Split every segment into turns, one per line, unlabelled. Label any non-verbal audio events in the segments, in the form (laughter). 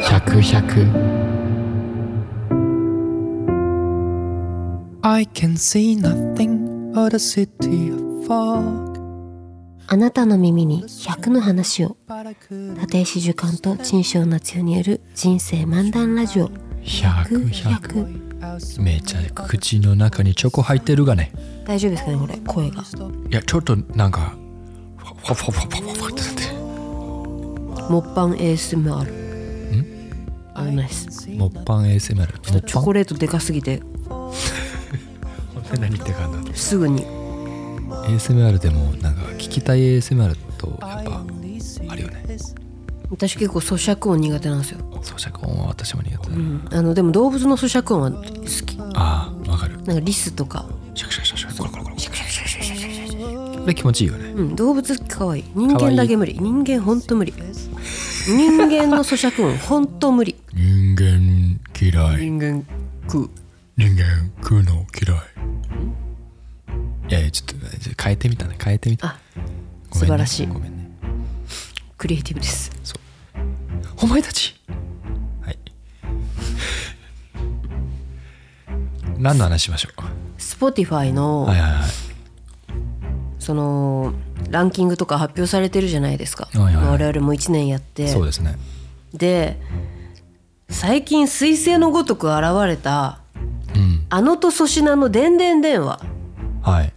10010
I can see nothing but a city of fog.
あなたの耳に100の話を
But I could
立石樹館と陳翔夏代による人生漫談ラジオ100
めちゃ口の中にチョコ入ってるがね
大丈夫ですかねこれ声が
いやちょっとなんかファファファファファファってなっ
モッパン ASMR あれないです
てモッパン ASMR モッ
チ
パ
ョ
ン
コレートでかすぎて
何言ってかんだ
すぐに
ASMR でもなんか聞きたい ASMR とやっぱあるよね
私結構咀嚼音苦手なんですよ、
咀嚼音は私も苦手だな
う、
ん
あのでも動物の咀嚼音は好きな
ああわかる
んかリスとか
シャクシャクシャクシャクコロコロコロこれ気持ちいいよね
うん、動物かわいい人間だけ無理人間ほんと無理人間の咀嚼音ほんと無理
人間嫌い
人間食う
人間食うの嫌いいやいやちょっとじゃあ変えてみたね変えてみた
あ
ごめんね
素晴らしい
ごめんね
クリエイティブです
お前たちはい (laughs) 何の話しましょう
Spotify の、
はいはいはい
そのランキングとか発表されてるじゃないですか、
はいはいはい
我々も1年やって
そうですね
で最近彗星のごとく現れた
うん
あのと粗品の「でんでん電話
はい」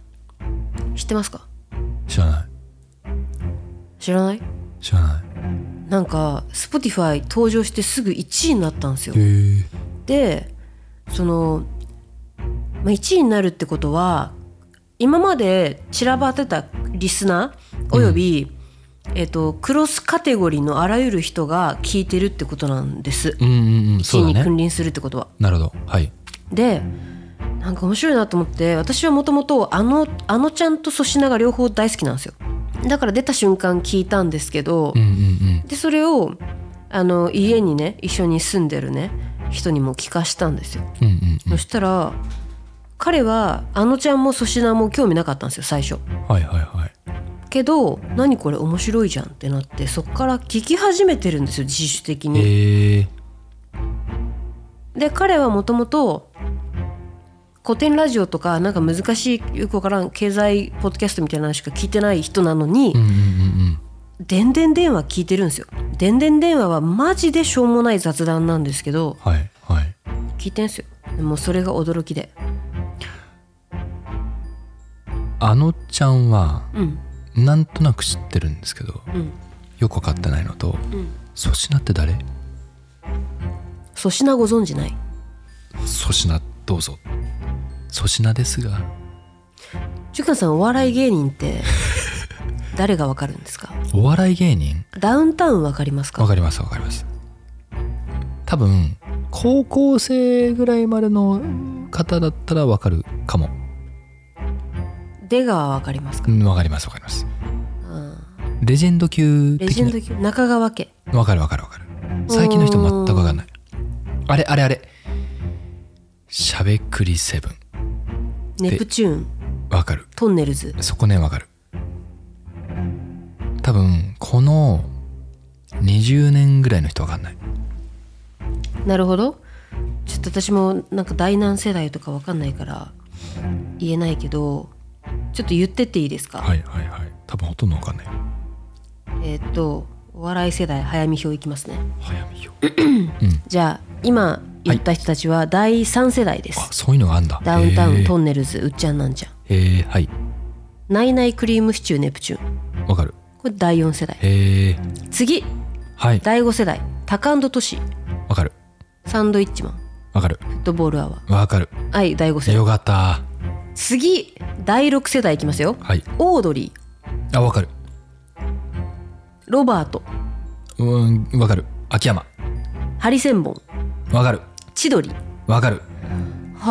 知ってますか
知らない
知らない
知らない
なんか Spotify 登場してすぐ1位になったんですよ
へえ
でその、まあ、1位になるってことは今まで散らばってたリスナーおよび、えっとクロスカテゴリーのあらゆる人が聞いてるってことなんです。
うんうんうん
地
そ
位
う
に
だ
君
ね
臨するってことは。
なるほどはい
でなんか面白いなと思って私はもともとあのあのちゃんと粗品が両方大好きなんですよ。だから出た瞬間聞いたんですけど、
うんうんうん
でそれをあの家にね一緒に住んでるね人にも聞かしたんですよ。
うんうんう
そしたら彼はあのちゃんも粗品も興味なかったんですよ最初
んはいはいはい
けど何これ面白いじゃんってなってそっから聞き始めてるんですよ自主的に、
へえ
で彼はもともと古典ラジオとかなんか難しいよくわからん経済ポッドキャストみたいなのしか聞いてない人なのに
うんうんうん
「でんでん電話」聞いてるんですよ「でんでん電話」はマジでしょうもない雑談なんですけど
うんはいはい
聞いてんすよもうそれが驚きで
あのちゃんは
うん
なんとなく知ってるんですけど
うん
よく分かってないのと
うん
粗品って誰
粗品ご存じない
粗品どうぞ粗品ですが
ジュカさんお笑い芸人って
(laughs)
誰がわかるんですか
お笑い芸人
ダウンタウンわかりますか
わかりますわかります多分高校生ぐらいまでの方だったらわかるかも
出川わかります
う
か、
んわかりますわかります
うん
レジェンド級
レジ
的
ェン
な
ド級中川家
わかるわかるわかる最近の人全くわかんないあれあれあれしゃべくりセブン
ネプチューン
わかる
トンネルズ
そこねわかる多分この20年ぐらいの人わかんない
なるほどちょっと私もなんか第何世代とかわかんないから言えないけどちょっと言ってっていいですか、
いはいはい多分ほとんどわかんない
えーっとお笑い世代早見表いきますね
早見よ
じゃあ今言った人たちは第3世代です、
あそういうのがあんだ
ダウンタウン、
へー
トンネルズうっちゃんなんちゃん
へえはい
ナイナイクリームシチューネプチューン
わかる
これ第4世代
へえ
次
はい
第5世代タカンドトシ
わかる
サンドイッチマン
わかる
フットボールアワ
わかる
ーはい第5世代
よかった
次第6世代いきますよ
はい
オードリー
あわかる
ロバート
うーんわかる秋山
ハリセンボン
わかる
千鳥
わかる
は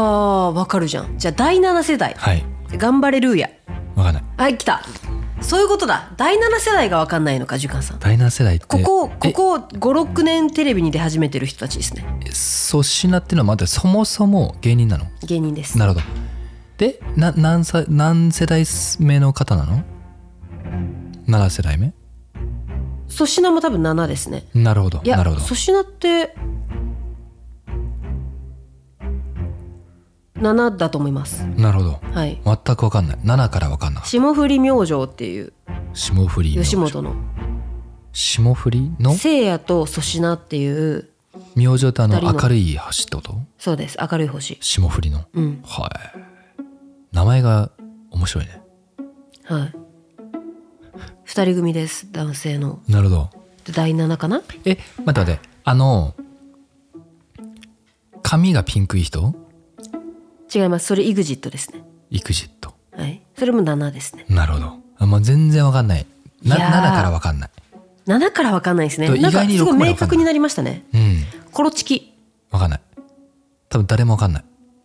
あわかるじゃんじゃあ第7世代
はい
頑張れルーヤ
わかんない
はい来たそういうことだ第7世代がわかんないのかジュカンさん
第7世代って
ここここ56年テレビに出始めてる人たちですね
え粗品っていうのはまだそもそも芸人なの
芸人です
なるほどでな何さ何世代目の方なの ?7 世代目
粗品も多分7ですね
なるほど
いや
なるほど
粗品って7だと思います
なるほど
はい
全く分かんない7から分かんない
霜降り明星っていう
霜降り明星
吉本の
霜降りの
聖夜と粗品っていう
明星ってあの
二人の
明るい橋ってこと
そうです明るい星
霜降りの
うん
はい名前が面白いね
はい2人組です男性の
なるほど
で第7かな
え待って待ってあの髪がピンクい人
違いますそれ EXIT ですね
エクジット
はいそれも7ですね
なるほどあもう全然分かんないない
やー
7から分かんない
7からわかんないですね
と
なんか
意外に
すごい
六まで
明
わかんない
確になりましたね
うん
コロチキ
分かんない多分誰も分かんない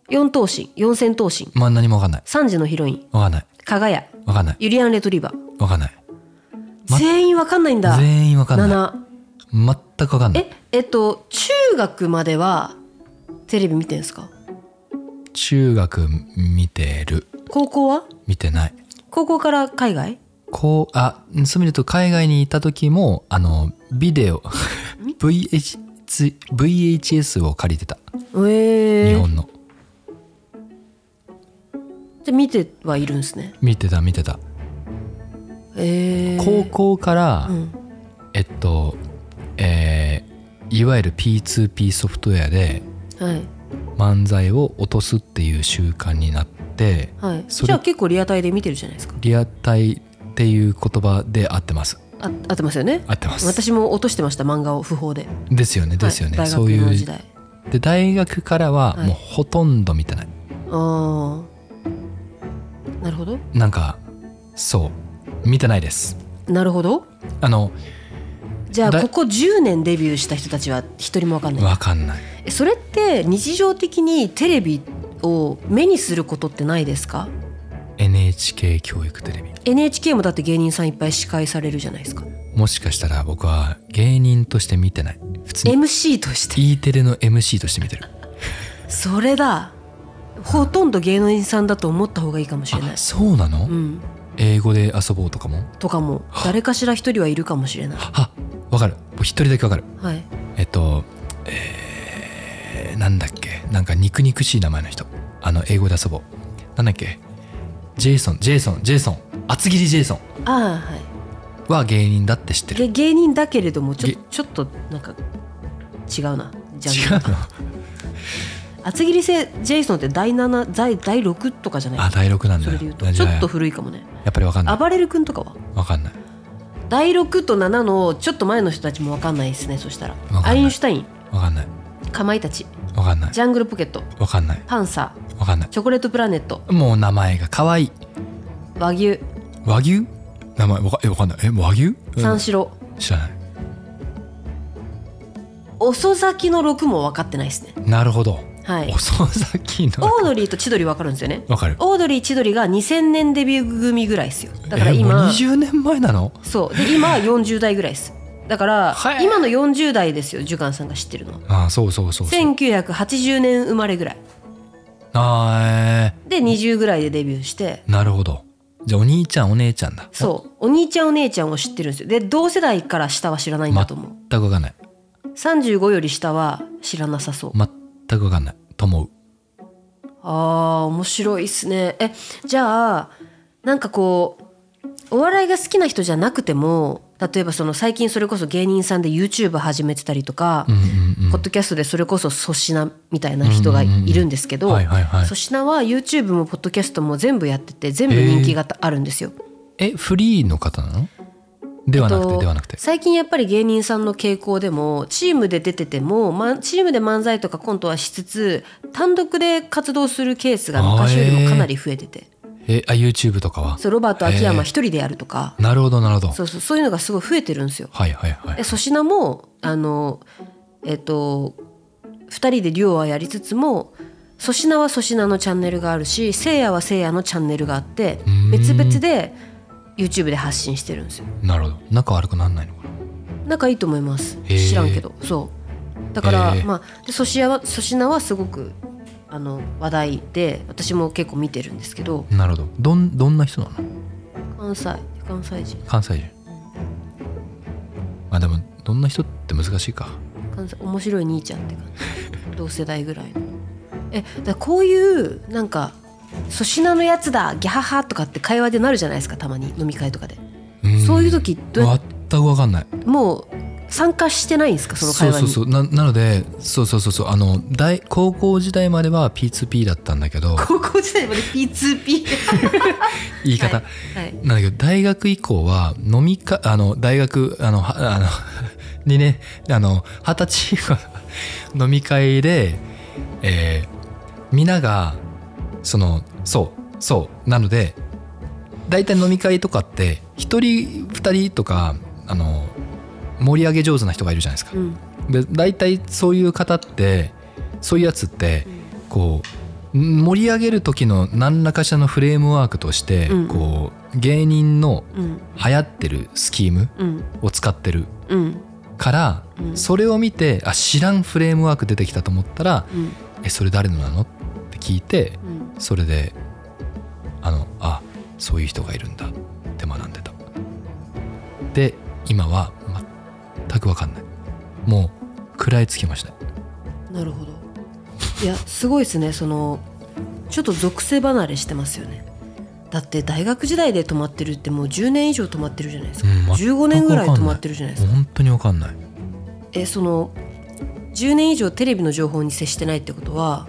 四頭身四千頭身
まあ何も分かんない
3時のヒロイン
分かんない
加賀谷
分かんない
ユリアン・レトリバー
分かんないま
全員わかんないんだ
全員分かんない
7
全く分かんない
ええっと中学まではテレビ見てんすか
中学見てる
高校は
見てない
高校から海外
こうあそう見ると海外にいた時もあのビデオ (laughs) VH VHS を借りてた
え
日
え
本の
じゃあ見てはいるんですね
見てた見てた
ええ
高校から、
うん
えっとえーいわゆる P2P ソフトウェアで
はい
漫才を落とすっていう習慣になって
はい
それ
じゃあ結構リアタイで見てるじゃないですか
リアタイっていう言葉で合ってます
あ合ってますよね
合ってます
私も落としてました漫画を不法で
ですよねですよね、
はい、大
そう
学の
い
時
う
代
で大学からは
はい
もうほとんど見てない、
ああなるほど
なんかそう見てないです
なるほど
あの
じゃあ
だ
ここ10年デビューした人たちは一人も分かんない
わかんない
えそれって日常的にテレビを目にすることってないですか
NHK 教育テレビ
NHK もだって芸人さんいっぱい司会されるじゃないですか
もしかしたら僕は芸人として見てない普通に
MC として
E テレの MC として見てる
それだほとんど芸人さんだと思った方がいいかもしれない
あそうなの、
うん
英語で遊ぼうとかも
とかも誰かしら一人はいるかもしれない
あわかる一人だけわかる
はい
えっとえー、なんだっけなんか肉肉しい名前の人あの英語で遊ぼうなんだっけジェイソンジェイソンジェイソン厚切りジェイソン
ああはい
は芸人だって知ってる
げ芸人だけれどもち
げ
ょちょっとなんか違うなジャン
違う
ル
の
厚切り性ジェイソンって第7第第6とかじゃない
あ第6なん
そ
だ
れ
よ
で言う
あ
とち
じ
ょ
ゃあ
っと古いかもね
やっぱりわかんない
暴れる君とかは
わかんない
第6と7のちょっと前の人たちも分かんないですねそしたら
んない
アインシュタイン
わかんない
かまいたち
わかんない
ジャングルポケット
わかんない
パンサー
わかんない
チョコレートプラネット
もう名前が可愛い
和牛
和牛名前わかえわかんないえ和牛、うん
三四郎、
知らない
遅咲きの6も分かってないですね
なるほど
はい
遅咲きの
オードリーと千鳥分かるんですよね
わかる
オードリー千鳥が2000年デビュー組ぐらいですよだから
えもう
今
20年前なの
そうで今40代ぐらいですだから
はい
今の40代ですよジュガンさんが知ってるのは
ああそうそうそうそう
1980年生まれぐらい
あーえ
で20ぐらいでデビューして
ーなるほどじゃあお兄ちゃんお姉ちゃんだ
そうお兄ちゃんお姉ちゃんを知ってるんですよで同世代から下は知らないんだと思う
全く分かんない
35より下は知らなさそう
全く分かんないと思う
あー面白いっすねえじゃあなんかこうお笑いが好きな人じゃなくても例えばその最近それこそ芸人さんで YouTube 始めてたりとか、
うんうん
ポッドキャストでそれこそ粗品みたいな人がいるんですけ
うん
ど
はいはいはい
粗品は YouTube もポッドキャストも全部やってて全部人気があるんですよ。
えフリーの方なのではなくて
と
ではなくて
最近やっぱり芸人さんの傾向でもチームで出てても、ま、チームで漫才とかコントはしつつ単独で活動するケースが昔よりもかなり増えてて、
えあ YouTube とかは
そうロバート秋
へ
山
え
一人でやるとか、
なるほどなるほど
そうそうそういうのがすごい増えてるんですよ。
はいはいはい
で粗品もあのえっ、と2人でデュオはやりつつも粗品は粗品のチャンネルがあるしせいやはせいやのチャンネルがあって
ん
別々で YouTube で発信してるんですよ
なるほど仲悪くなんないのかな
仲いいと思います
へー
知らんけどそうだから、
へー
まあで粗品は粗品はすごくあの話題で私も結構見てるんですけど
なるほどどんどんな人なの
関西関西人
関西人まあでもどんな人って難しいか (laughs)
関西面白い兄ちゃんって感じ同世代ぐらいのえだからこういうなんか粗品のやつだギャハハとかって会話でなるじゃないですかたまに飲み会とかで
ん
そういう時どうやっ
全くわかんない
もう参加してないんですかその会話に
そうそうそうななのでそうそうそうそうあの大高校時代までは P2P だったんだけど
(laughs) 高校時代まで P2P
言い方、
はい、はい
なんだけど大学以降は飲みかあの大学あのはあの (laughs) にねあの二十歳以降の (laughs) 飲み会で、えー、皆がそのそうそうなので大体飲み会とかって一人二人とかあの盛り上げ上手な人がいるじゃないですか
う。ん
で大体そういう方ってそういうやつってこう盛り上げる時の何らかしらのフレームワークとして、
うん
こう芸人の
うん
流行ってるスキーム
うん
を使ってる
うん
から、
うん
それを見てあ知らんフレームワーク出てきたと思ったら
うん
「えそれ誰のなの?」って聞いて
うん
それであのあそういう人がいるんだって学んでたで今は全く分かんないもう食らいつきました
なるほどいやすごいですねそのちょっと属性離れしてますよねだって大学時代で泊まってるってもう10年以上泊まってるじゃないですか、
うん
15年ぐらい泊まってるじゃないですか
本当に分かんない
えその10年以上テレビの情報に接してないってことは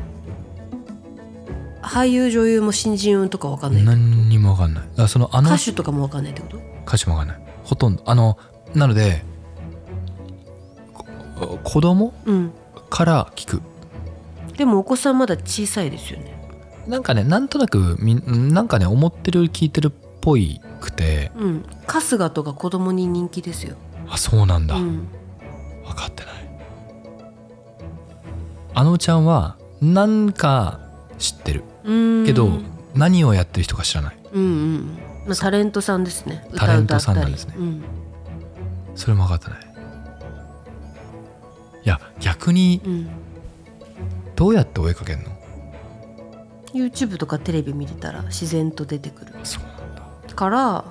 俳優女優も新人運とかわかんない
何にも分かんないだからそのあの
歌手とかもわかんないってこと
歌詞もわかんないほとんどあのなのでこ子供
うん
から聞く
でもお子さんまだ小さいですよね
なんかねなんとなくみんなんかね思ってるより聞いてるっぽいくて
うん春日とか子供に人気ですよ、
あそうなん
う
だ、
ん、
分かってないあのちゃんはなんか知ってる
うん
けど、何をやってる人か知らない
うんうんまあ、タレントさんですね
タレントさんなんですね
歌歌ったり
それも分かってないいや逆に
うんうん、
どうやって追いかけるの
YouTube とかテレビ見てたら自然と出てくる
そうなんだ
から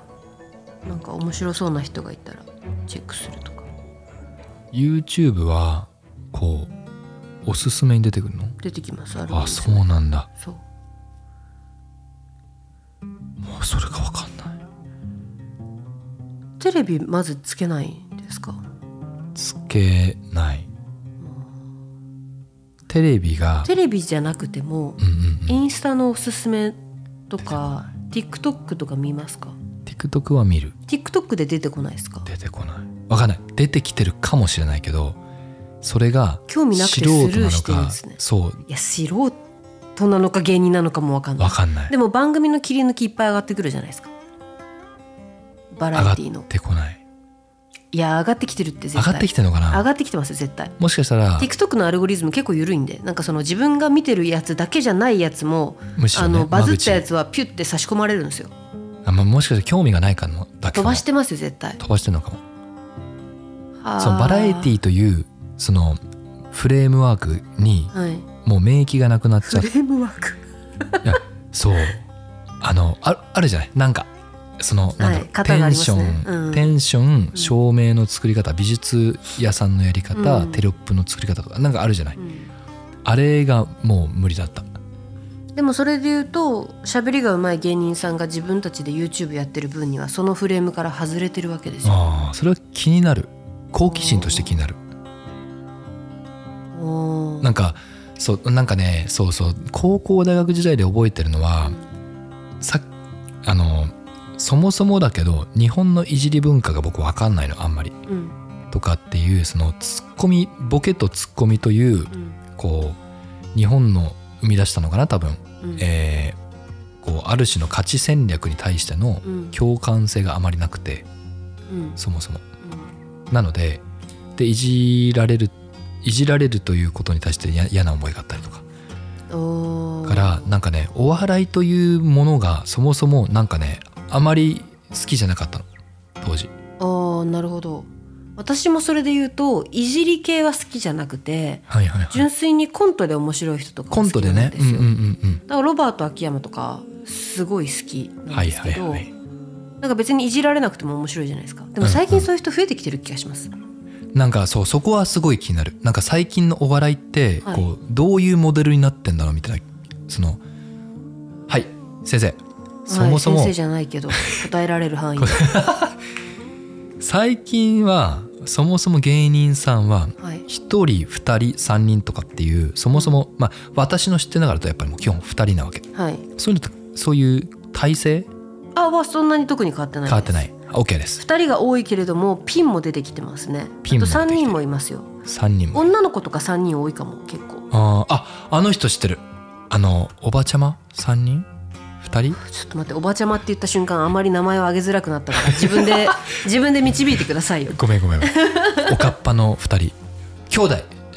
なんか面白そうな人がいたらチェックするとか
YouTube はこうおすすめに出てくるの
出てきますあるん
あ
です
そうなんだ
そう
もうそれが分かんない
テレビまずつけないんですか
つけないテレビが
テレビじゃなくても
うんうんうん
インスタのおすすめとか TikTok とか見ますか
TikTok は見る
TikTok で出てこないですか
出てこない分かんない出てきてるかもしれないけどそれが
興味なくて
素
ス
人なの
ルーしてるん
か
ですね
そう
いや素人なのか芸人なのかもわかんない
分かんない
でも番組の切り抜きいっぱい上がってくるじゃないですかバ
上
ラ
が
エ
っ
ティーの
てこない
いや上がってきてるって絶
上
対
がってきてるのか
上
な
がってきてますよ絶対
もしかしたら
TikTok のアルゴリズム結構緩いんでなんかその自分が見てるやつだけじゃないやつも、
むしろ
あ
ね
のバズったや
間口
つはピュって差し込まれるんですよ
あまあもしかしたら興味がないかのだけか
飛
も
ばしてますよ絶対
飛ばしてるのかもそのバラエティーというそのフレームワークに
ーはい
もう免疫がなくなっちゃ
フ
っ
レームワーク
そうあのあるあるじゃないなんかそのなんだろう、
はい型
テ
があ
ン
りま
シ
す
ョ
ね
ン、
うん
テンション照明の作り方美術屋さんのやり方、
うん
テロップの作り方とかなんかあるじゃない、
うん
あれがもう無理だった
でもそれで言うと喋りがうまい芸人さんが自分たちで YouTube やってる分にはそのフレームから外れてるわけですよ
あーそれは気になる好奇心として気になる
おー
なんかそうなんかねそうそう高校大学時代で覚えてるのはさあのそもそもだけど日本のいじり文化が僕わかんないのあんまり
うん
とかっていうそのツッコミボケとツッコミという
うん
こう日本の生み出したのかな多分、
うん
えーこうある種の価値戦略に対しての
うん
共感性があまりなくて
うん
そもそもなのででいじられるいじられるということに対してや嫌な思いがあったりとか
うんおー
からなんかねお笑いというものがそもそもなんかねあまり好きじゃなかったの当時
ああなるほど私もそれで言うといじり系は好きじゃなくて
はいはいはい
純粋にコントで面白い人とか
コ
も
ン
好
ト
き
で
な
ね
んで
う
す
んうん
よ、
うん
だからロバート秋山とかすごい好き
うん
な
は
ん
い
です
は
け
い
ど、
はい
なんか別にいじられなくても面白いじゃないですかでも
うん
最近そういう人増えてきてる気がします、
なんかそうそこはすごい気になるなんか最近のお笑いって
はい
こうどういうモデルになってんだろうみたいなそのはい先生そもそも、
はい、先生じゃないけど答えられる範囲
(laughs)
で
最近はそもそも芸人さんは
はい
1人2人3人とかっていうそもそもまあ私の知ってながらとやっぱりもう基本2人なわけ
はい
そういうのとそういう体制
あはそんなに特に変わってない
変わってないいあ OK です
2人が多いけれどもピンも出てきてますね
ピンも
あ
出てきて
と
る
3人もいますよ
3人も
女の子とか3人多いかも結構
あーああの人知ってるあのおばちゃま3人2人
ちょっと待っておばちゃまって言った瞬間あまり名前を挙げづらくなったから自分で自分で導いてくださいよ
ごめんごめんごめ
(laughs)
んおかっぱの2人兄弟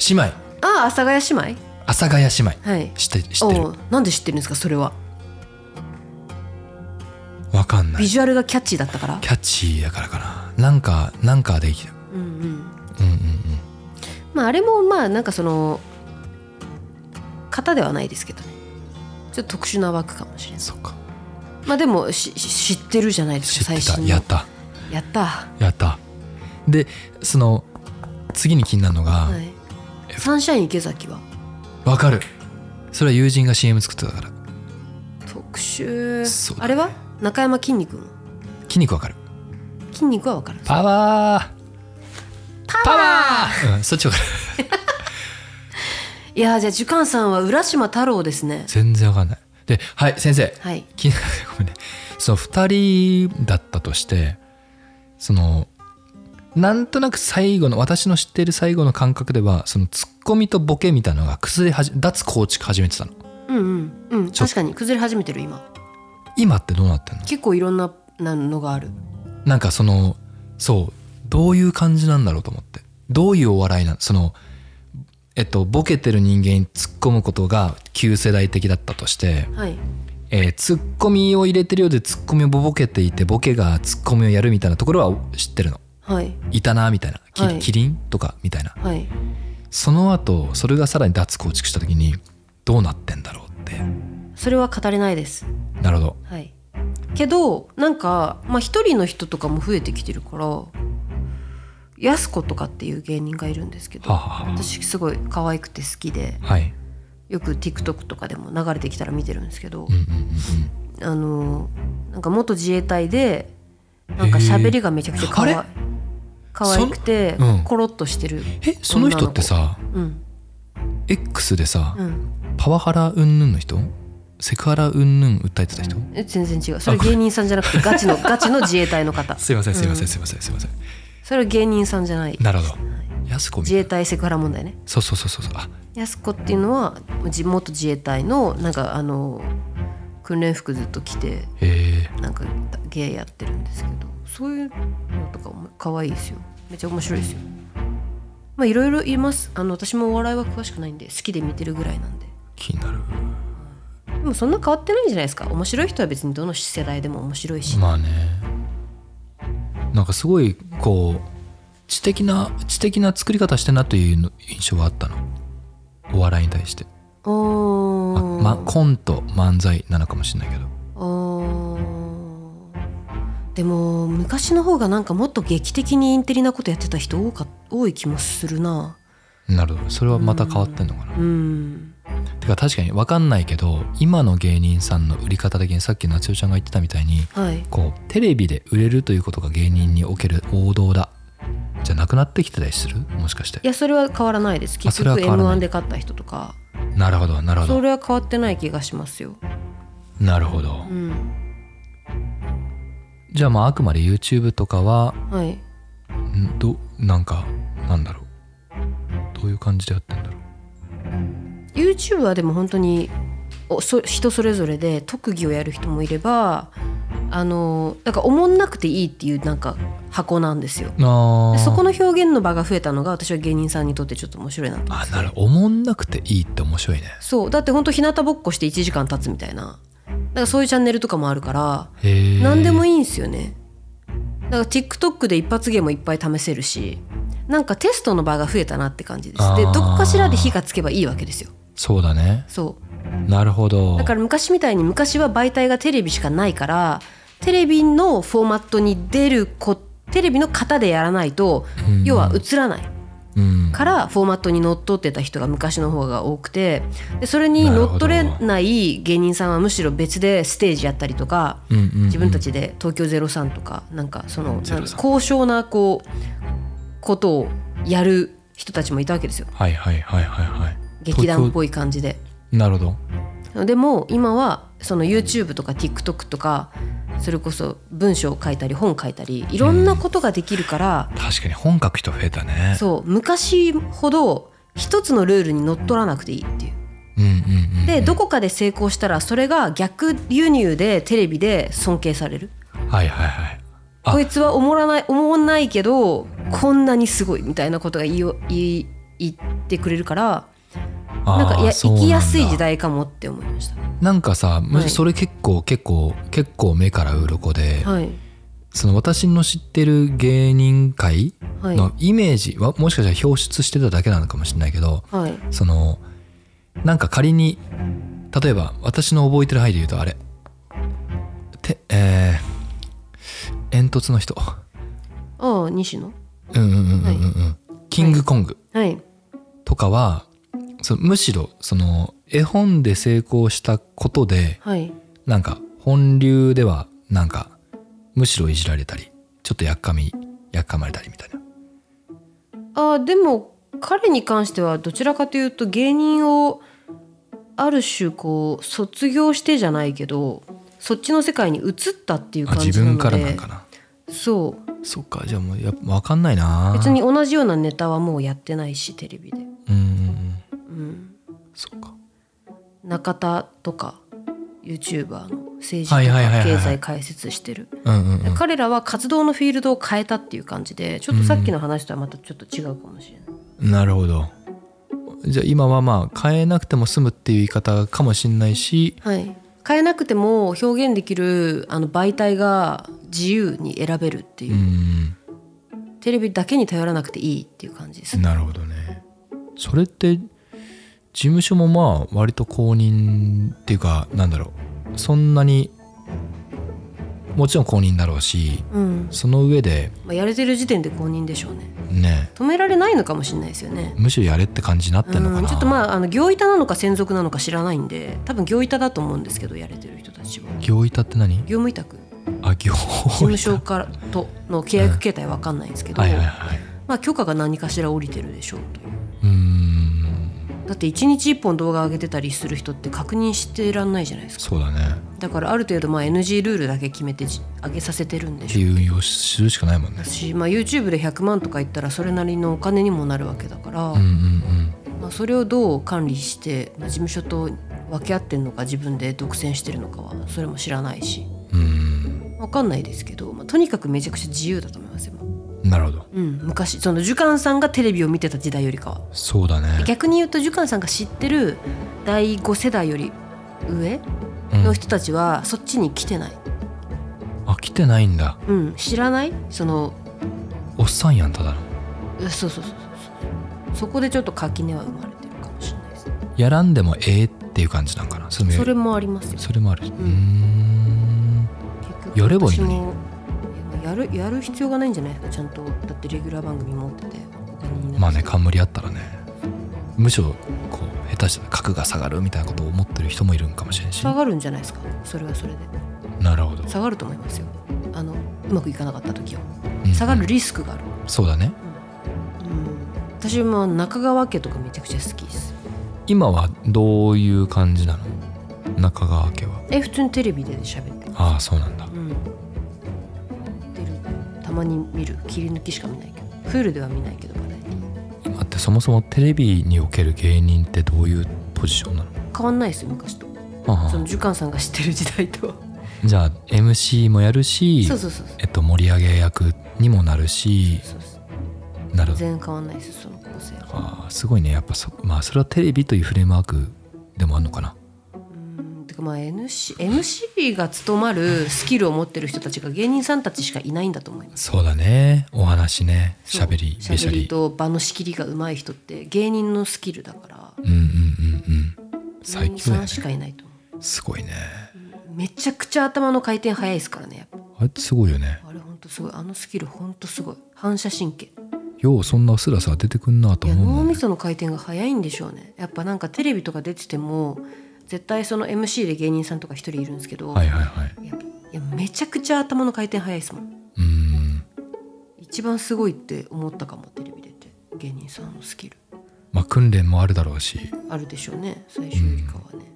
姉妹
ああ阿佐ヶ谷姉妹
阿佐ヶ谷姉妹
はい
知って知って
お
る
うなんで知ってるんですかそれは
わかんな
ビ
い
ジュアルがキャッチーだったから
キャッチーだからかななんかなんかできる
うんうん
うんうんうん
まああれもまあなんかその型ではないですけどねちょっと特殊な枠かもしれない
そっか
まあでもしし知ってるじゃないです
知
か
っ
最
てた
新の
やった
やった
やったでその次に気になるのが、わ
はいサンシャイン池崎は
かるそれは友人が CM 作ってたから
特殊
そうだね
あれは中山筋肉
筋肉わかる
筋肉は分かる
パワーパワー、うん、そっちわかる
いやーじゃあ寿貫さんは浦島太郎ですね
全然わかんないではい先生
はい
気にごめんねその2人だったとしてそのなんとなく最後の私の知っている最後の感覚ではそのツッコミとボケみたいなのが崩れはじ脱構築始めてたの
うんうんうん
ちょ
確かに崩れ始めてる今
今ってどうなってんの
結構いろんななのがある
なんかそのそうどういう感じなんだろうと思ってどういうお笑いなのそのえっとボケてる人間に突っ込むことが旧世代的だったとして、
はい
えー、ツッコミを入れてるようでツッコミをボケていてボケがツッコミをやるみたいなところは知ってるの
はい
いたなみたいなキ,、
はい
キリンとかみたいな
はい
その後それがさらに脱構築した時にどうなってんだろうって
それは語れないです
なるほど
はいけどなんかまあ一人の人とかも増えてきてるからやす子とかっていう芸人がいるんですけど
はあはあは
私すごい可愛くて好きで
あはい
よく TikTok とかでも流れてきたら見てるんですけど
うんうんうん
あのなんか元自衛隊でなんか喋りがめちゃくちゃ可愛い
へーあれ
可愛くて
そんうん
コロッとしてる、
うんえその人ってさ
うん、
X でさ、
うん、
パワハラ云々の人セクハラ云々訴えてた人
え全然違うそれ芸人さんじゃなくてガ
(laughs)
チのガチの自衛隊の方
すいませんすいませ
うん
んすいませんすいません
それは芸人さんじゃない
なるほど
はい
やすこみ
自衛隊セクハラ問題ね
そうそうそうそうそうあ
安子っていうのはじ元自衛隊のなんかあの訓練服ずっと着て
へえ
なんか芸やってるんですけどそういうのとかも可愛いですよめっちゃ面白いですよまあいろいろいますあの私もお笑いは詳しくないんで好きで見てるぐらいなんで
気になる
でもそんな変わってないんじゃないですか面白い人は別にどの世代でも面白いし、
まあねなんかすごいこう知的な知的な作り方してんなというの印象があったのお笑いに対して
お
あ、
ー
ま、コント漫才なのかもしれないけど
おーでも昔の方がなんかもっと劇的にインテリなことやってた人多か多い気もするな
なるほどそれはまた変わってんのかな
うん
てか確かに分かんないけど今の芸人さんの売り方的にさっき夏代ちゃんが言ってたみたいに
はい
こうテレビで売れるということが芸人における王道だじゃなくなってきてたりするもしかして
いやそれは変わらないです
あ
結
それは
局
変わらない
M1 で勝った人とか
なるほどなるほ
そ
ど
れは変わってない気がしますよ。
なるほど
うん、
じゃあまああくまで YouTube とかは
はい。
んどなんかなんだろうどういう感じでやってんだろう
YouTube はでも本当におそ人それぞれで特技をやる人もいれば、あのだからおもんなくていいっていうなんか箱なんですよ。
あ
で
ー
そこの表現の場が増えたのが私は芸人さんにとってちょっと面白いなと思っ
あ
て。
なるおもんなくていいって面白いね
そうだって本当日向ぼっこして1時間経つみたいな。だからそういうチャンネルとかもあるから、
へえ
何でも
い
いいんですよねだから TikTok で一発芸もいっぱい試せるしなんかテストの場が増えたなって感じですで
あー
どこかしらで火がつけばいいわけですよ
そうだね
そ
なるほど
うだから昔みたいに昔は媒体がテレビしかないからテレビのフォーマットに出るこテレビの型でやらないと
うん
要は映らない
うん
からフォーマットにのっとってた人が昔の方が多くてでそれにのっとれない芸人さんはむしろ別でステージやったりとか
うんうんうん
自分たちで東京03とかなんかその
03
高尚なこうことをやる人たちもいたわけですよ
はいはいはいはいはい
劇団っぽ
い
い感じで。
なるほど
でも今はその YouTube とか TikTok とかそれこそ文章を書いたり本書いたりいろんなことができるから、
確かに本書く人増えたね
そう昔ほど一つのルールにのっとらなくていいっていう。
うんうんうん
でどこかで成功したらそれが逆輸入でテレビで尊敬される
はいはいはいあ
こいつはおもらないおもんないけどこんなにすごいみたいなことが言いよ言い言ってくれるからなんかい
あ
や
ーそうな
生
んだ
きやすい時代かもって思いました。
なんかさ、むし
はい
それ結構結構結構目から鱗で、
はい、
その私の知ってる芸人界
はい、
のイメージはもしかしたら表出してただけなのかもしれないけど
はい、
そのなんか仮に例えば私の覚えてる範囲で言うとあれてえー、煙突の人
ああ西野
うんうんうんうんうんうん、キングコング
はい
とかは、そのむしろその絵本で成功したことで
はい
なんか本流ではなんかむしろいじられたりちょっとやっかみやっかまれたりみたいな
あーでも彼に関してはどちらかというと芸人をある種こう卒業してじゃないけどそっちの世界に移ったっていう
あ
感
自
じな
分
の
からな
で
んかな
そう
そっかじゃあもうやっぱ分かんないな
別に同じようなネタはもうやってないしテレビで、
うんうんうん
うん、
そっか
中田とか YouTuber の政治と
はいはいはいは
か
いはい
経済解説してる
うんうんうん
彼らは活動のフィールドを変えたっていう感じでちょっとさっきの話とはまたちょっと違うかもしれない。
なるほどじゃあ今はまあ変えなくても済むっていう言い方かもしんないし
はい、変えなくても表現できるあの媒体が自由に選べるっていうう、
ん
テレビだけに頼らなくていいっていう感じです、
なるほどねそれって事務所もまあ割と公認っていうかなんだろうそんなにもちろん公認だろうし
うん
その上で
まあ、やれてる時点で公認でしょうね
ね
止められないのかもしれないですよね
むしろやれって感じになってんのか
うん
な
ちょっとまああの行板なのか専属なのか知らないんで多分行板だと思うんですけどやれてる人たちは
行板って何
業務委託事
あ行
務
板
所からとの契約形態わかんないんですけど、
はいはいはい
まあ、許可が何かしら降りてるでしょうという
うーん
だって1日1本動画上げてたりする人って確認してらんないじゃないですか
そうだね
だからある程度まあ NG ルールだけ決めてじ上げさせてるんで
って
しょ
いう運用するしかないもんね
うし、まあ、YouTube で100万とか言ったらそれなりのお金にもなるわけだから、
うんうん
まあ、それをどう管理して、まあ、事務所と分け合ってんのか自分で独占してるのかはそれも知らないし
うんうーん
分かんないですけど、まあ、とにかくめちゃくちゃ自由だと思いますよ、
なるほど
うん、昔その寿貫さんがテレビを見てた時代よりかは
そうだね
逆に言うと寿貫さんが知ってる第5世代より上
うん
の人たちはそっちに来てない、
あ来てないんだ
うん、知らないその
おっさんやんただの
そうそうそうそうそうそこでちょっと垣根は生まれてるかもしれないですね
やらんでもええっていう感じなんかなそれも
それもありますよ
それもあるうー
ん
ん
結
やればいいのに
私もいややるやる必要がないんじゃないですかちゃんとだってレギュラー番組持っててお金になる
まあね冠あったらねむしろこう下手したら格が下がるみたいなことを思ってる人もいるんかもしれんし
下がるんじゃないですかそれはそれで
なるほど、
下がると思いますよあのうまくいかなかった時は
うん
下がるリスクがある、
そうだね
うん、私も中川家とかめちゃくちゃ好きです
今はどういう感じなの中川家は
え普通にテレビで喋って
ああそうなんだ
うん出るたまに見る切り抜きしか見ないけどフールでは見ないけどバラエティ
今ってそもそもテレビにおける芸人ってどういうポジションなの
変わんないですよ昔と
あ
その
あ
寿貫さんが知ってる時代とは
じゃあ MC もやるし
そうそうそうそう
えっと、盛り上げ役にもなるし
そうそう
なるほど
全然変わんないですその構成は
あーすごいねやっぱそ,、まあ、それはテレビというフレームワークでもあるのかな
うんてかまあ NC MC が務まるスキルを持ってる人たちが芸人さんたちしかいないんだと思います
そうだねお話ねし
そ
ゃ
う
べりべしゃ
喋り
り
と場の仕切りが上手い人って芸人のスキルだから
うんうんうんうん
芸
最
人
強や
さ
ね
んしかいないと思
すごいね
うめちゃくちゃ頭の回転早いですからねやっぱ
あれってすごいよね
あれ本当すごいあのスキルほんとすごい反射神経
ようそんなスラスラ出てくんなと
いや
思う
脳
もん
み
ね
その回転が早いんでしょうねやっぱなんかテレビとか出てても絶対その MC で芸人さんとか一人いるんですけど、
はいはいはい
いやいやめちゃくちゃ頭の回転早いですもん
うーん
一番すごいって思ったかもテレビ出て芸人さんのスキル
まあ訓練もあるだろうし
あるでしょうね最初よりかはね、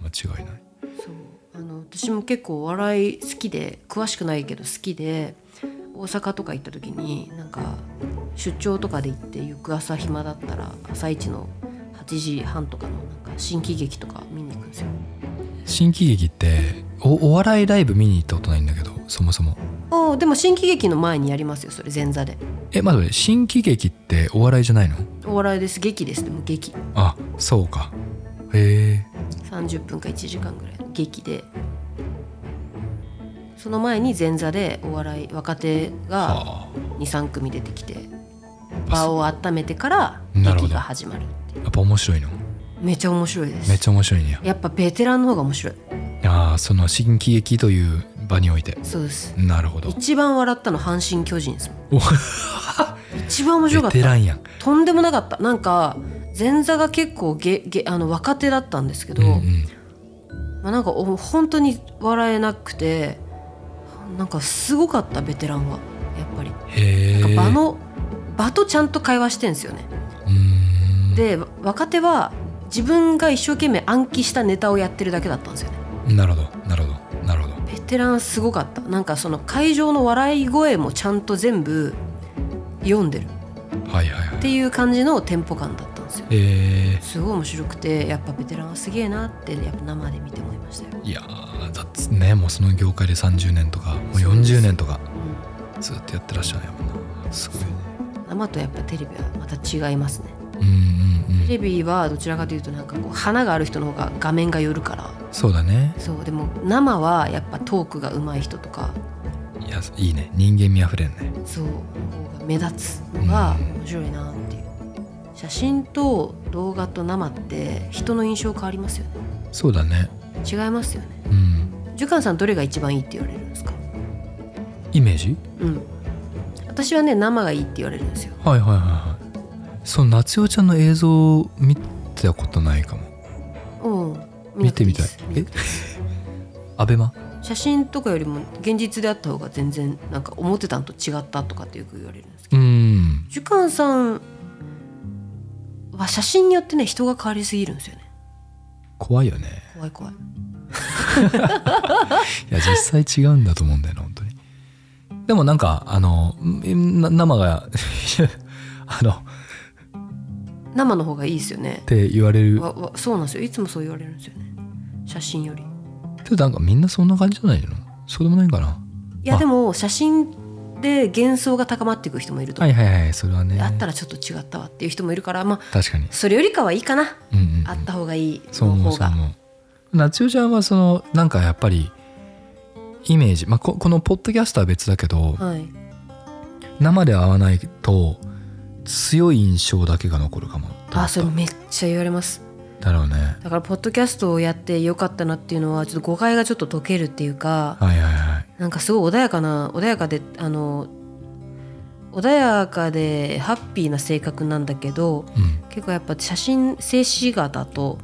間違いない
そうあの私も結構お笑い好きで詳しくないけど好きで大阪とか行った時になんか出張とかで行って翌朝暇だったら朝一の8時半とかのなんか新喜劇とか見に行くんですよ
新喜劇っておお笑いライブ見に行ったことないんだけどそもそも
ああでも新喜劇の前にやりますよそれ前座で
えまだ新喜劇ってお笑いじゃないの
お笑いです劇ですでも劇
あそうかへえ
30分か1時間ぐらいの劇でその前に前座でお笑い若手が
あ
23組出てきて
あ
場を温めてから
なるほ
劇
ど
が始まるっていう
やっぱ面白いの
めちゃ面白いで
めっ
す
ちゃ面白いんや
やっぱベテランの方が面白い
ああその新喜劇という場において
そうです
なるほど
一番笑ったの阪神・巨人ですも
お
ん (laughs) 一番面白か
ベ
っ
テラ
た
ンやん
とんでもなかったなんか前座が結構げげあの若手だったんですけど、
うんうん
まあ、なんかお本当に笑えなくてなんかすごかったベテランはやっぱり
へえ
なんか場の、場とちゃんと会話してんですよね、
うーん
で若手は自分が一生懸命暗記したネタをやってるだけだったんですよね
なるほどなるほどなるほど
ベテランすごかったなんかその会場の笑い声もちゃんと全部読んでるっ
はいはいはい
ていう感じのテンポ感だったんですよ
え
すごい面白くてやっぱベテランはすげえなってやっぱ生で見て思いましたよ、
ー、いやーだってねもうその業界で30年とかもう
そうです
40年とか
うん
ずっとやってらっしゃるんやもんなすごいね
生とやっぱテレビはまた違いますね
うんうんう
テ
ん
レビはどちらかというとなんかこう花がある人の方が画面が寄るから
そうだね
そうでも生はやっぱトークが上手い人とか
いやいいね人間味あふれんね
そうの方が目立つのが面白いなっていう写真と動画と生って人の印象変わりますよね
そうだね
違いますよね
うん
ジュカンさんどれが一番いいって言われるんですか
イメージ
うん私はね生がいいって言われるんですよ
はいはいはいはいその夏代ちゃんの映像を見たことないかも
うん
見てみたい
見な
え
くていいです
アベマ
写真とかよりも現実であった方が全然なんか思ってたんと違ったとかってよく言われるんですけど
うん
ジュカンさんは写真によってね人が変わりすぎるんですよね
怖いよね
怖い怖い
いや実際違うんだと思うんだよな本当にでもなんかあのんな生が (laughs) いやあのっ
生の方がいいですよね
て言われる
わわそうなんですよいつもそう言われるんですよね写真より
けどなんかみんなそんな感じじゃないのそうでもないんかないあ
やでも写真で幻想が高まっていく人もいると
は
思
いはいはいそれはね
う、あったらちょっと違ったわっていう人もいるからまあ
確かに
それよりかはいいかな
うんうんうん
あった方がいい
そう
の
思う
方
そう
が
思う夏代ちゃんはそのなんかやっぱりイメージ、まあ、ここのポッドキャストは別だけど
はい
生で会わないと強い印象だけが残るかもと思った
あそれめっちゃ言われます
だろうね
だからポッドキャストをやってよかったなっていうのはちょっと誤解がちょっと解けるっていう
は
か
いはいはい
なんかすごい穏やかな穏やかであの穏やかでハッピーな性格なんだけど
うん
結構やっぱ写真静止画だと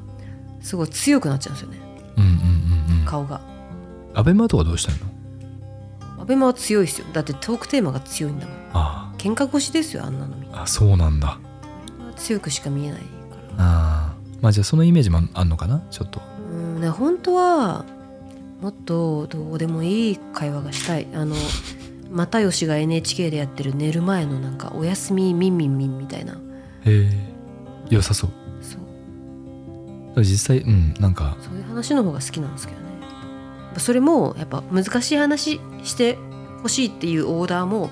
すごい強くなっちゃうんですよね
うんうんうんうん
顔が。
アベマとかどうしてんの
アベマは強いですよだってトークテーマが強いんだもん
あ
喧嘩腰ですよあんなのみんな
ああそうなんだ
強くしか見えないから
あーまあじゃあそのイメージもあんのかなちょっと
うんね本当はもっとどうでもいい会話がしたいあの又吉が NHK でやってる寝る前のなんか「おやすみみんみんみん」みたいな
へえ良さそう
そう
実際うんなんか
そういう話の方が好きなんですけどねやっぱそれもやっぱ難しい話してほしいっていうオーダーも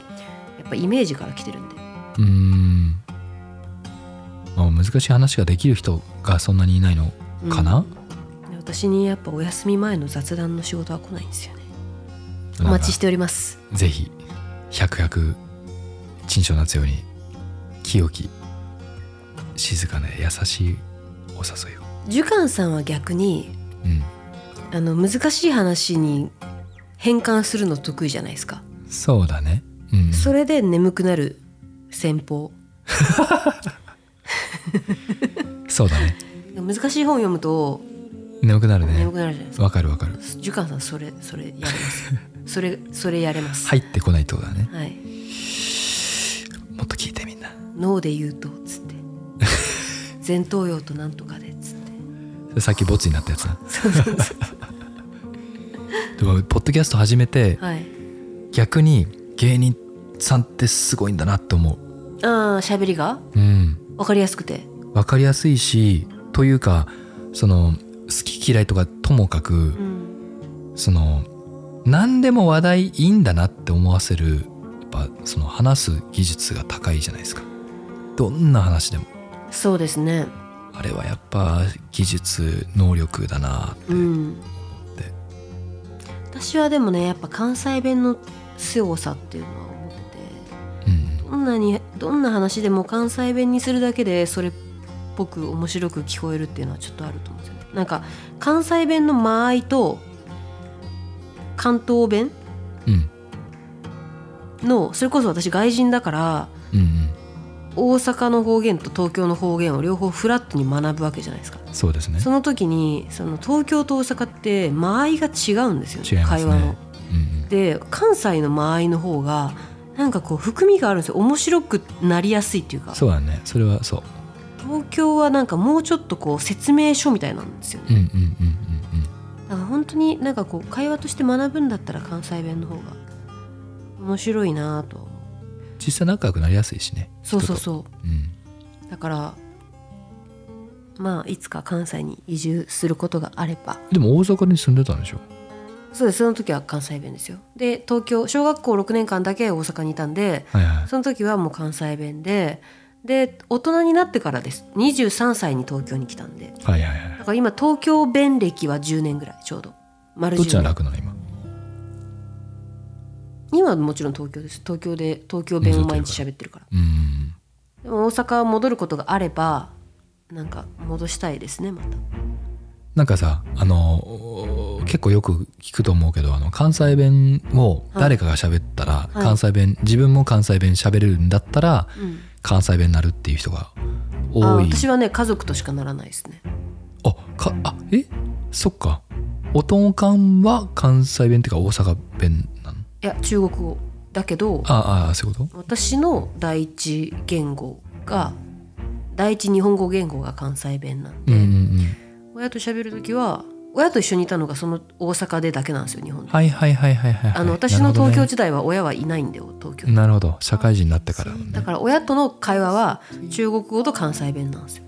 やっぱイメージから来てるんで
うーん、まあ、難しい話ができる人がそんなにいないのかな、
で私にやっぱお休み前の雑談の仕事は来ないんですよね
な
お
んか
待ちしております
ぜひ百百陳章夏代に清き静かな優しいお誘いを
ジュカンさんは逆に
うん
あの難しい話に変換するの得意じゃないですか
そうだねうん
それで眠くなる戦法
そうだね
難しい本読むと
眠くなるね
眠くなるじゃないですか
わかるわかる
寿貫さんそれそれやれます
(laughs)
それそれやれます
入ってこないってことだね
はい
もっと聞いてみんな
脳で言うとつって
(laughs)
前頭葉となんとかでつって
それさっきボツになったやつな (laughs) でもポッドキャスト始めて
はい
逆に芸人さんってすごいんだなって思
ああ喋りが
ううん
わかりやすくて
わかりやすいしというかその好き嫌いとかともかく
うん
その何でも話題いいんだなって思わせるやっぱその話す技術が高いじゃないですかどんな話でも
そうですね
あれはやっぱ技術能力だな
うん
で
私はでもねやっぱ関西弁の強さっていうのは思って
うん
てどんなにどんな話でも関西弁にするだけでそれっぽく面白く聞こえるっていうのはちょっとあると思うんですよねなんか関西弁の間合いと関東弁
うん
のそれこそ私外人だから
うんうん
大阪の方言と東京の方言を両方フラットに学ぶわけじゃないですか
そうですね
その時にその東京と大阪って間合いが違うんですよね
違いますね
会話の。
うん
で関西の間合いの方がなんかこう含みがあるんですよ面白くなりやすいっていう
うん
か
そうだねそれはそう
東京はなんかもうちょっとこう説明書みたいなんですよ
うん
ね
うんうんうん
だから本当になんかこう会話として学ぶんだったら関西弁の方が面白いなとは思う
うん実際仲良くなりやすいしね
そうそう
う、
そう
うん、
だからまあいつか関西に移住することがあれば
でも大阪に住んでたんでしょ
そうですその時は関西弁ですよで東京小学校6年間だけ大阪にいたんで
はいはい
その時はもう関西弁でで大人になってからです23歳に東京に来たんで
はいはいは
だから今東京弁歴は10年ぐらいちょうど丸
いどっち
10
が楽
年
なの今
今はもちろん東京です東京で東京弁を毎日喋ってるから
うん
でも大阪戻ることがあればなんか戻したいですねまた
なんかさあのお結構よく聞くと思うけどあの関西弁を誰かが喋ったら、
い
関西弁自分も関西弁喋れるんだったら
うん
関西弁になるっていう人が多い
あ私はね家族としかならないですね
あかあえそっかおとんかんは関西弁っていうか大阪弁なの
いや中国語だけど
ああそういうこと
私の第一言語が第一日本語言語が関西弁なん
う
で、
んうんうん
親と喋る時は親と一緒にいたのがその大阪でだけなんですよ日本で、
はいはいはいはいはいはい
あの私の東京
なる
時代は親はいないんだよ東
ほど
京
ね
に
なるほど社会人になってからだもんね
だから親との会話は中国語と関西弁なんですよ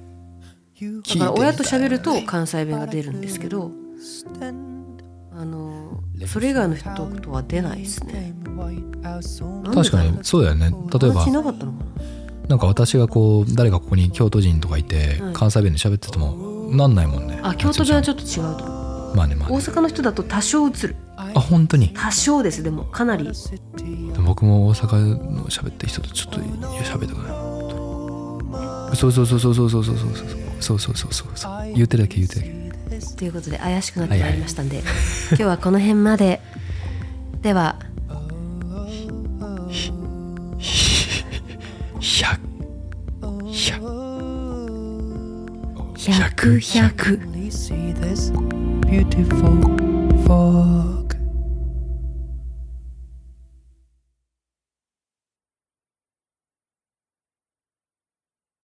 だから親と喋ると関西弁が出るんですけど
Stand
あのそれ以外の人とは出ないですね
came white house on
なんで
確かにそうだよね例え
友
ば
達いなかったのかな
なんか私がこう誰かここに京都人とかいて、
うん
関西弁で喋っててもなんないもんね
あ京都弁は
ょ
ちょっと違うと思う
っとまあねまあ
大
ね
阪の人だと多少映る
あ本当に
多少ですでもかなり
city
僕も大阪の喋ってる人とちょっと喋りたくないそうそうそうそうそうそうそうそうそうそうそうそうそう言うてるだけ言うてるだけ
ということで怪しくなってまいりましたんで、今日はこの辺まででは
百百
100 100
only see this beautiful fog.